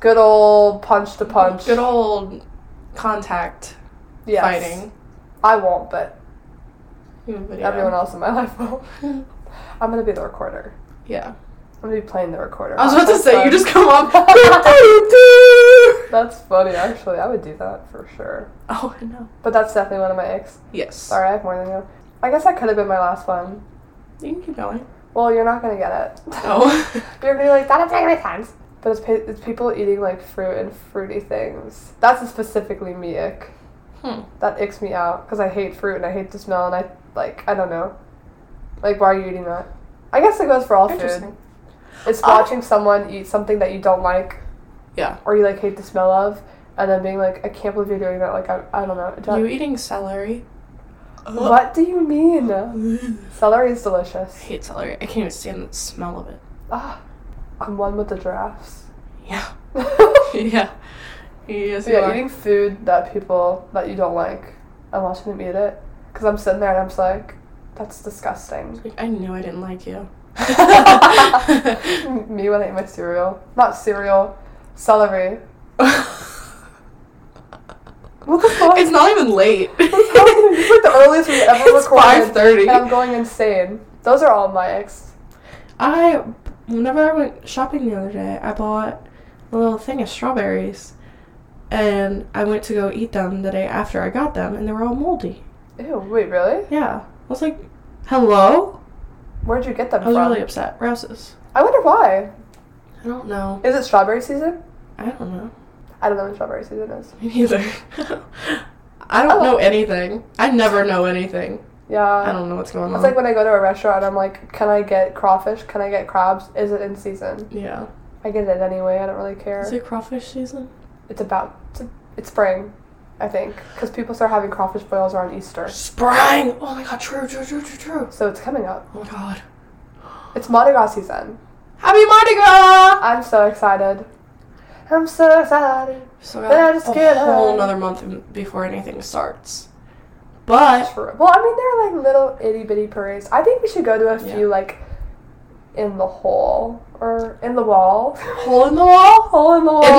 good old punch to punch.
Good old contact
yes.
fighting.
I won't, but
Everybody
everyone else in my life will. I'm gonna be the recorder.
Yeah.
I'm gonna be playing the recorder.
I was about to
That's
say you
fun.
just come up. oh
That's funny, actually. I would do that for sure.
I know.
But that's definitely one of my icks.
Yes.
Sorry, I have more than you. I guess that could have been my last one.
You can keep going.
Well, you're not gonna get it.
Oh.
You're gonna be like, that is like my times. But it's, pa- it's people eating like fruit and fruity things. That's a specifically me ick.
hmm.
That icks me out because I hate fruit and I hate the smell and I like I don't know. Like, why are you eating that? I guess it goes for all food.
Interesting.
It's
Uh,
watching someone eat something that you don't like
Yeah.
or you like hate the smell of, and then being like, I can't believe you're doing that. Like, I, I don't know. It
You
don't-
eating celery?
what do you mean?
I
Celery is delicious.
hate celery. I can't even stand the smell of it.
Ah, I'm one with the giraffes.
Yeah.
I
yeah. Yes, you
yeah,
are.
eating food that people that you don't like and watching them eat it. Because I'm sitting there and I'm just like, that's disgusting.
Like, I knew I didn't like you.
Me when I eat my cereal, not cereal, celery. What the fuck?
It's not even late.
It's not even- it's like the earliest we've ever
It's
recorded.
5:30.
And I'm going insane. Those are all my ex.
I whenever I went shopping the other day, I bought a little thing of strawberries, and I went to go eat them the day after I got them, and they were all moldy.
Ew, wait, really?
Yeah, I was like, "Hello."
Where'd you get them
I was
from?
really upset. Rouse's.
I wonder why.
I don't know.
Is it strawberry season?
I don't know.
I don't know when strawberry season is.
Me neither. I don't
Oh.
know anything. I never know anything.
Yeah.
I don't know what's going on.
It's like when I go to a restaurant and I'm like, can I get crawfish? Can I get crabs? Is it in season?
yeah.
I get it anyway. I don't really care.
Is it crawfish season?
It's about, it's, it's spring, I think. Because people start having crawfish boils around Easter.
Spring! Oh my god, true, true, true, true, true.
So it's coming up.
Oh my god.
It's Mardi Gras season.
Happy Mardi Gras!
I'm so excited. I'm so excited.
So
But I just
a
get
whole
home.
another month in- before anything starts. But
True. Well, I mean, they're like little itty bitty parades. I think we should go to a few
Yeah.
like in the hole or in the wall.
hole in the wall?
Hole in the wall.
In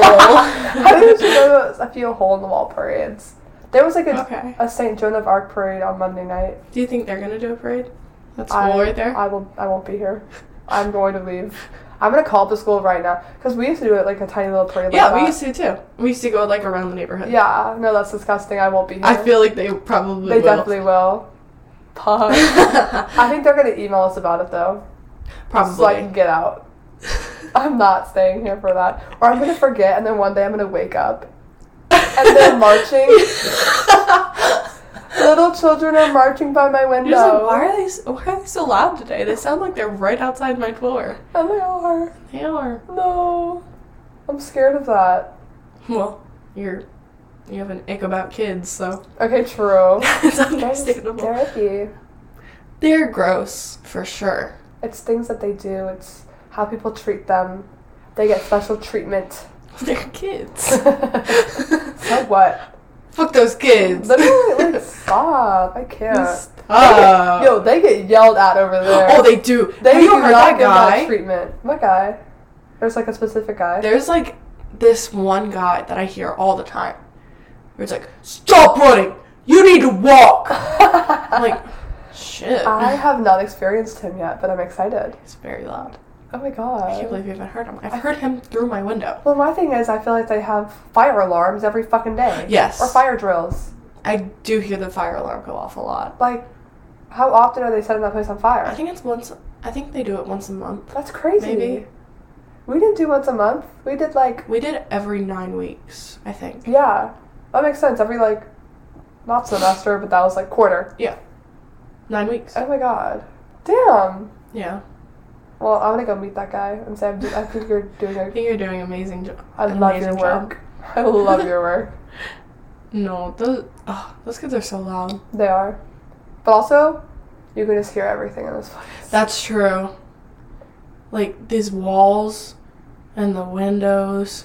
the hole.
I think we should go to a few hole in the wall parades. There was like a,
Okay.
a Saint Joan of Arc parade on Monday night.
Do you think they're gonna do a parade? That's
I,
cool right there.
I will. I won't be here. I'm going to leave. I'm gonna call up the school right now because we used to do it like a tiny little parade.
yeah,
like
we
that.
used to too. We used to go like around the neighborhood.
Yeah, no, that's disgusting. I won't be here.
I feel like they probably
they
will.
definitely will. Pug. I think they're gonna email us about it though. Just
probably.
like get out. I'm not staying here for that. Or I'm gonna forget and then one day I'm gonna wake up and they're marching. Little children are marching by my window.
You're just like, why are they? s- Why are they so loud today? They sound like they're right outside my door.
And they are.
They are.
No. I'm scared of that.
Well, you're. You have an ick about kids, so
Okay, true.
it's
There's
understandable.
therapy.
They're gross for sure.
It's things that they do, it's how people treat them. They get special treatment.
They're kids.
so what?
Fuck those kids.
Literally, like, stop. I can't.
Stop.
Yo, they get yelled at over there.
oh, they do.
They
have you
do
heard
not
that
give that
guy?
treatment. What guy? There's like a specific guy.
There's like this one guy that I hear all the time. Where it's like, stop running. You need to walk. I'm like, shit.
I have not experienced him yet, but I'm excited.
It's very loud.
Oh my
I can't
god.
believe you haven't heard him. I've heard him through my window.
Well, my thing is, I feel like they have fire alarms every fucking day.
Yes.
Or fire drills.
I do hear the fire alarm go off a lot.
Like, how often are they setting that place on
I
fire?
think it's once. I think they do it once a month.
That's crazy.
Maybe.
We didn't do once a month. We did like,
We did every nine weeks, I think.
yeah. That makes sense. Every like, not semester, but that was like quarter.
Yeah. Nine weeks.
Oh my god. Damn.
Yeah.
Well, I'm gonna go meet that guy and say, I'm do- I think you're doing
I
a
think you're doing amazing job.
I love your work. I love your work.
No, those oh, those kids are so loud.
They are. But also, you can just hear everything in this place.
That's true. Like these walls, and the windows,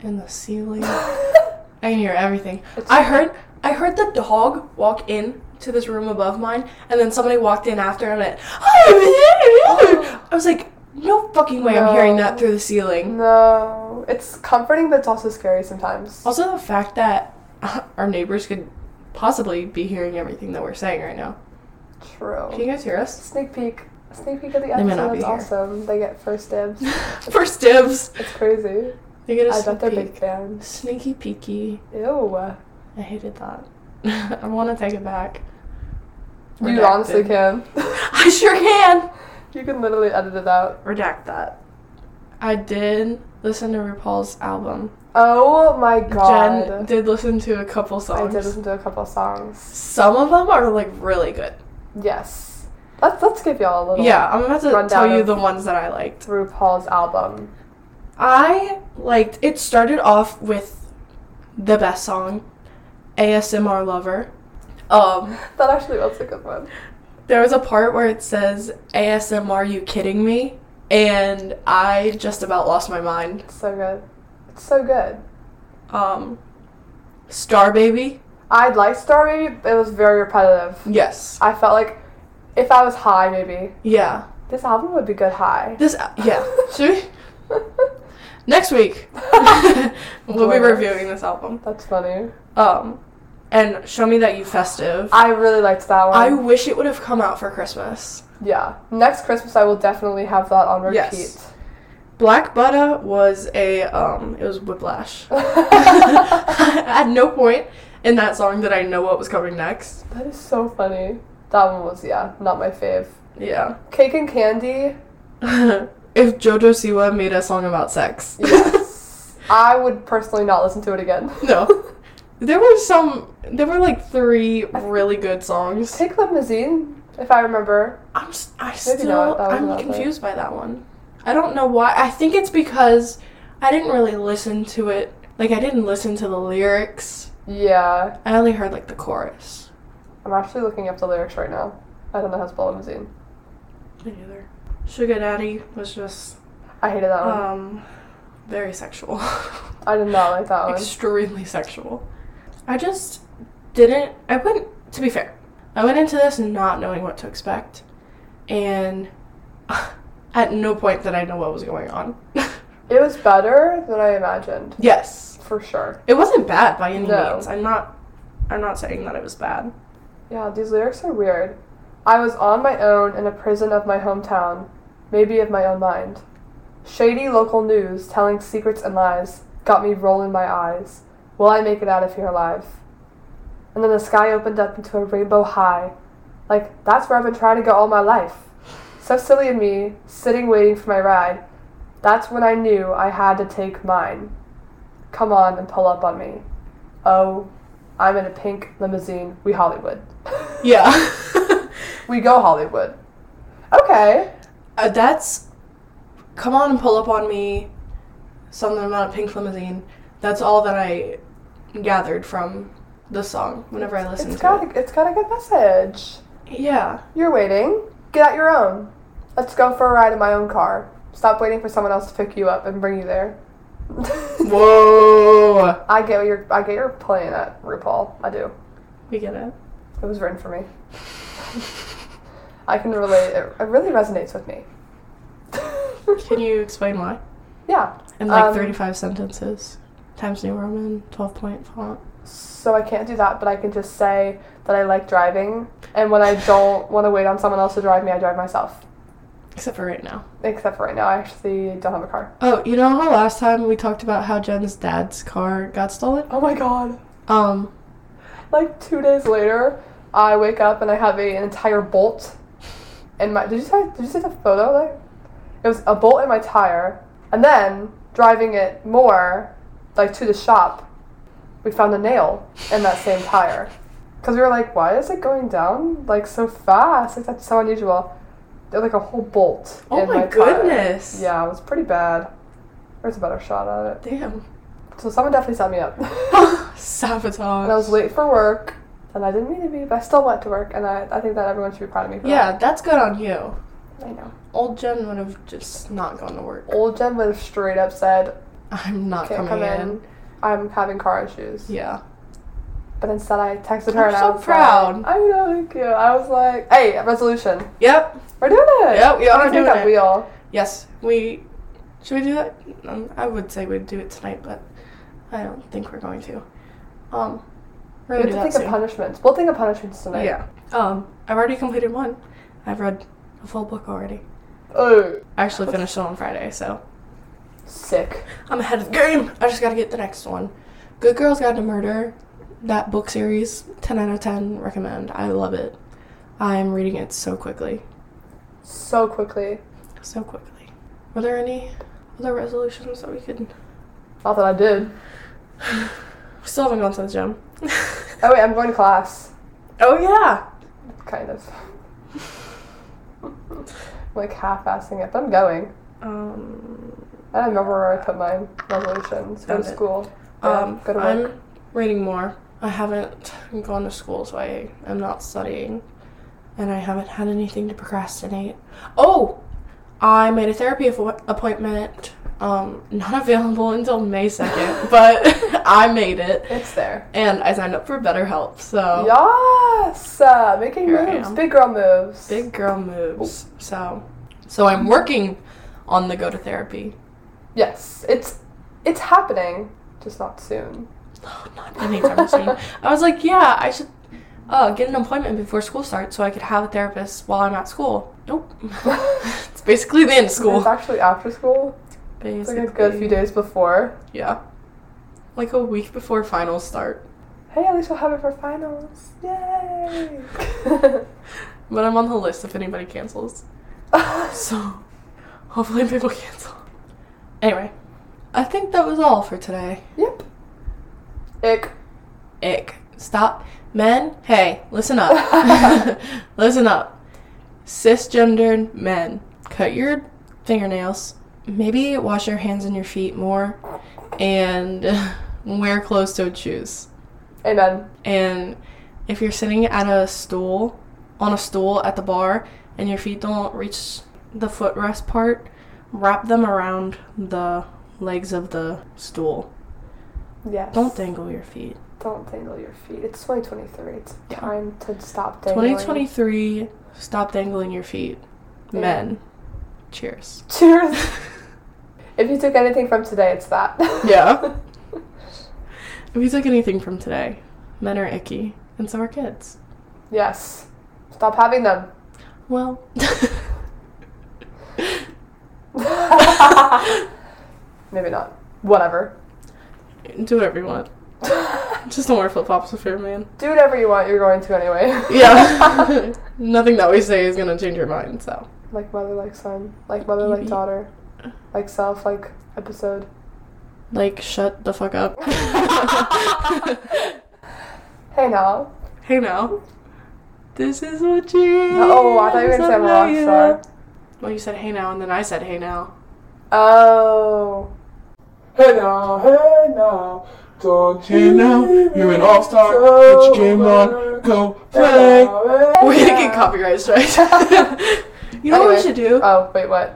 and the ceiling. I can hear everything.
It's-
I heard I heard the dog walk in to this room above mine, and then somebody walked in after and it. I was like, no fucking way! I'm hearing that
Oh. No.
through the ceiling.
no. It's comforting, but it's also scary sometimes.
Also, the fact that our neighbors could possibly be hearing everything that we're saying right now. Can you
True.
guys hear us?
Sneak peek. Sneak peek of the
They may not
episode.
be
It's
here.
awesome. They get first dibs.
First dibs.
It's crazy.
They get a
I
sneak
bet they're
peek.
big fans.
Sneaky peeky.
Ew.
I hated that. I want to take it back.
You honestly
Redacted.
can.
I sure can.
you can literally edit it out.
Redact that. I did listen to RuPaul's album.
Oh my god.
Jen did listen to a couple
I
songs.
did listen to a couple songs.
Some of them are like really good.
Yes. Let's let's give y'all a little
Yeah, I'm about to
Rundown
tell you
of-
the ones that I liked.
RuPaul's album.
I liked it started off with the best song, ASMR Lover. Um
That actually was a good one.
There was a part where it says, ASM, are you kidding me? And I just about lost my mind.
It's so good. It's so good.
um, Star Baby.
I liked Star Baby, but it was very repetitive.
Yes.
I felt like if I was high, maybe
Yeah.
this album would be good high.
This. Yeah. Should we? Next week, we'll be
Whatever.
reviewing this album.
That's funny.
Um, and show me that you festive. Um,
I really liked that one.
I wish it would have come out for Christmas.
yeah. Next Christmas, I will definitely have that on repeat.
Yes. Black Buddha was a um, it was Whiplash. At no point in that song did I know what was coming next.
That is so funny. That one was yeah, not my fave.
Yeah.
Cake and candy.
if JoJo Siwa made a song about sex,
Yes. I would personally not listen to it again.
no. There were some. There were like three really good songs.
Take Limousine, if I remember.
I'm. s- I
Maybe
still.
not, that was
I'm
not good.
confused by that one. I don't know why. I think it's because I didn't really listen to it. Like I didn't listen to the lyrics.
Yeah.
I only heard like the chorus.
I'm actually looking up the lyrics right now. I don't know how to spell limousine.
Me neither. Sugar Daddy was just
I hated that one.
um very sexual.
I did not like that one.
Extremely sexual. I just didn't I went to be fair. I went into this not knowing what to expect and at no point did I know what was going on.
It was better than I imagined,
yes.
for sure.
It wasn't bad by any
No.
means. I'm not I'm not saying that it was bad.
Yeah, these lyrics are weird. I was on my own in a prison of my hometown, maybe of my own mind. Shady local news telling secrets and lies got me rolling my eyes. Will I make it out of here alive? And then the sky opened up into a rainbow high. Like, that's where I've been trying to go all my life. So silly of me, sitting waiting for my ride. That's when I knew I had to take mine. Come on and pull up on me. Oh, I'm in a pink limousine. We Hollywood.
Yeah.
We go Hollywood. Okay.
Uh, that's come on and pull up on me something about a pink limousine that's all that i gathered from the song whenever i listened
It's
to
got a, it's got a good message.
it yeah
You're waiting. Get out your own. Let's go for a ride in my own car. Stop waiting for someone else to pick you up and bring you there.
whoa
I get what you're I get your playing at RuPaul. I do.
we get it
It was written for me. I can relate. It, it really resonates with me.
can you explain why
yeah.
in like
Um,
35 sentences times new roman 12 point font
So I can't do that, but I can just say that I like driving, and when I don't want to wait on someone else to drive me, I drive myself.
except for right now
Except for right now, I actually don't have a car.
oh you know how last time we talked about how jen's dad's car got stolen
Oh my god.
um
Like two days later, I wake up and I have a, an entire bolt in my. Did you say? Did you see the photo? Like, it was a bolt in my tire, and then driving it more, like to the shop, we found a nail in that same tire. Cause we were like, why is it going down like so fast? Like that's so unusual. There's like a whole bolt.
oh
in
my,
tire.
goodness
Yeah, it was pretty bad. There's a better shot at
damn
it. So someone definitely set me up.
sabotage
And I was late for work, and I didn't mean to be, but I still went to work, and I, I think that everyone should be proud of me for
Yeah, that's good on you.
that. I know.
Old Jen would have just not gone to work.
Old Jen would have straight up said,
I'm not
can't
coming
come in.
in.
I'm having car issues.
Yeah.
But instead I texted her
I'm
and I
so
was
proud.
like, I know, thank you. I was like, hey, resolution.
Yep.
We're doing it.
Yep, we are
We're gonna take
doing
that
it.
wheel.
Yes. We should we do that? Um, I would say we'd do it tonight, but I don't think we're going to. Um, we're gonna
We have
do
to
that
think
soon.
of punishments. We'll think of punishments tonight.
yeah. Um, I've already completed one. I've read a full book already.
Oh,
I actually finished it on Friday, so
sick.
I'm ahead of the game. I just gotta get the next one. Good Girls Got to Murder, that book series, 10 out of 10, recommend. I love it. I'm reading it so quickly.
So quickly.
So quickly. Were there any other resolutions that we could.
Not that I did.
We still haven't gone to the gym.
Oh, wait, I'm going to class.
oh, yeah.
Kind of. like half-assing it, but I'm going.
Um,
I don't remember where I put mine. Resolutions. Go to
Found it.
school. Yeah,
um,
go to work.
I'm reading more. I haven't gone to school, so I am not studying. And I haven't had anything to procrastinate. Oh! I made a therapy affo- appointment Um, not available until May 2nd, but I made it.
It's there.
And I signed up for BetterHelp, so
Yes, uh, making
Oh. Here I
moves,
am.
big girl moves.
big girl moves. So, so I'm working on the go to therapy.
Yes, it's it's happening, just not soon.
Not anytime soon. I was like, yeah, I should uh, get an appointment before school starts so I could have a therapist while I'm at school. Nope. it's basically the end of school.
It's actually after school. It's
Basically.
like a good few days before.
Yeah. Like a week before finals start.
Hey, at least we'll have it for finals. Yay!
But I'm on the list if anybody cancels. So hopefully people cancel. Anyway, I think that was all for today.
yep. Ick.
Ick. Stop. Men, hey, listen up. listen up. Cisgendered men, cut your fingernails. Maybe wash your hands and your feet more. And wear closed toed shoes.
Amen.
And if you're sitting at a stool, on a stool at the bar, and your feet don't reach the footrest part, wrap them around the legs of the stool.
Yes.
Don't dangle your feet.
Don't dangle your feet. It's 2023. It's
Yeah.
time to stop dangling.
2023, stop dangling your feet. Men. Cheers.
Cheers. if you took anything from today, it's that.
Yeah. If you took anything from today, men are icky, and so are kids.
yes. Stop having them.
Well,
Maybe not. Whatever.
do whatever you want. Just don't wear flip flops if you're a man.
Do whatever you want. You're going to anyway.
Yeah. Nothing that we say is gonna change your mind, so.
like mother, like son. Like mother, like daughter. Like self, like episode.
Like, shut the fuck up.
Hey now.
hey now. This is what you
Oh, I thought you were gonna say I'm a rock star.
Well, you said hey now, and then I said hey now.
Oh.
Hey now, hey now, don't you
Hey now, you're an all star. Put your game on, go play.
We're gonna get copyright strikes. you know what
Anyway.
we should do?
Oh wait, what?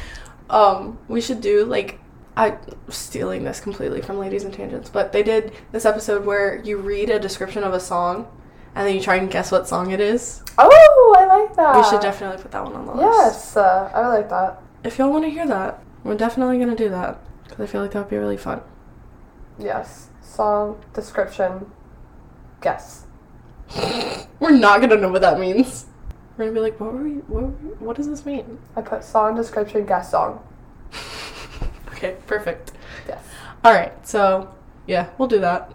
Oh,
um, we should do like I stealing this completely from Ladies and Tangents, but they did this episode where you read a description of a song, and then you try and guess what song it is.
oh, I like that.
We should definitely put that one on the list.
Yes, uh, I like that.
If y'all want to hear that, we're definitely gonna do that because I feel like that would be really fun.
Yes. Song description. Guess.
We're not gonna know what that means. We're gonna be like, what were we? What, were we, what does this mean?
I put song description guess song.
Okay, perfect.
Yes.
All right, so yeah, we'll do that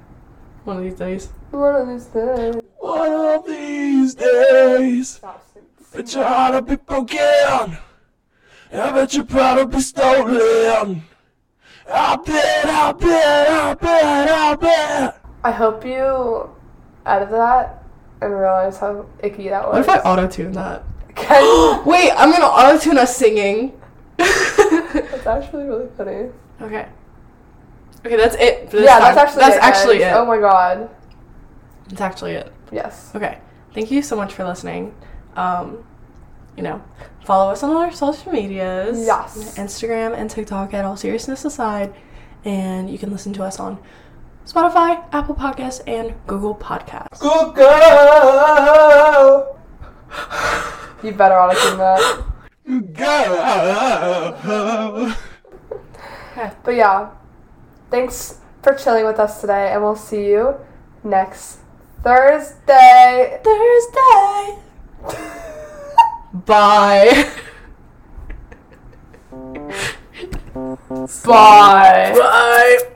one of these days.
One of these days.
One of these days, bet your heart will be broken. I bet your pride will be stolen. I bet, I bet, I bet, I bet.
I hope you edit that and realize how icky that
What
was.
if I auto tune that?
Can-
Wait, I'm gonna auto tune us singing.
That's actually really funny.
okay. Okay, that's it. For this
yeah,
time.
that's actually
that's
it,
actually
guys.
it.
Oh my god.
That's actually it.
Yes.
Okay. Thank you so much for listening. Um, you know, follow us on all our social medias.
Yes.
Instagram and TikTok at All Seriousness Aside. And you can listen to us on Spotify, Apple Podcasts, and Google Podcasts.
Good girl.
You better auto-tune that.
Go.
But yeah. Thanks for chilling with us today and we'll see you next Thursday.
Thursday! Bye.
Bye.
Bye.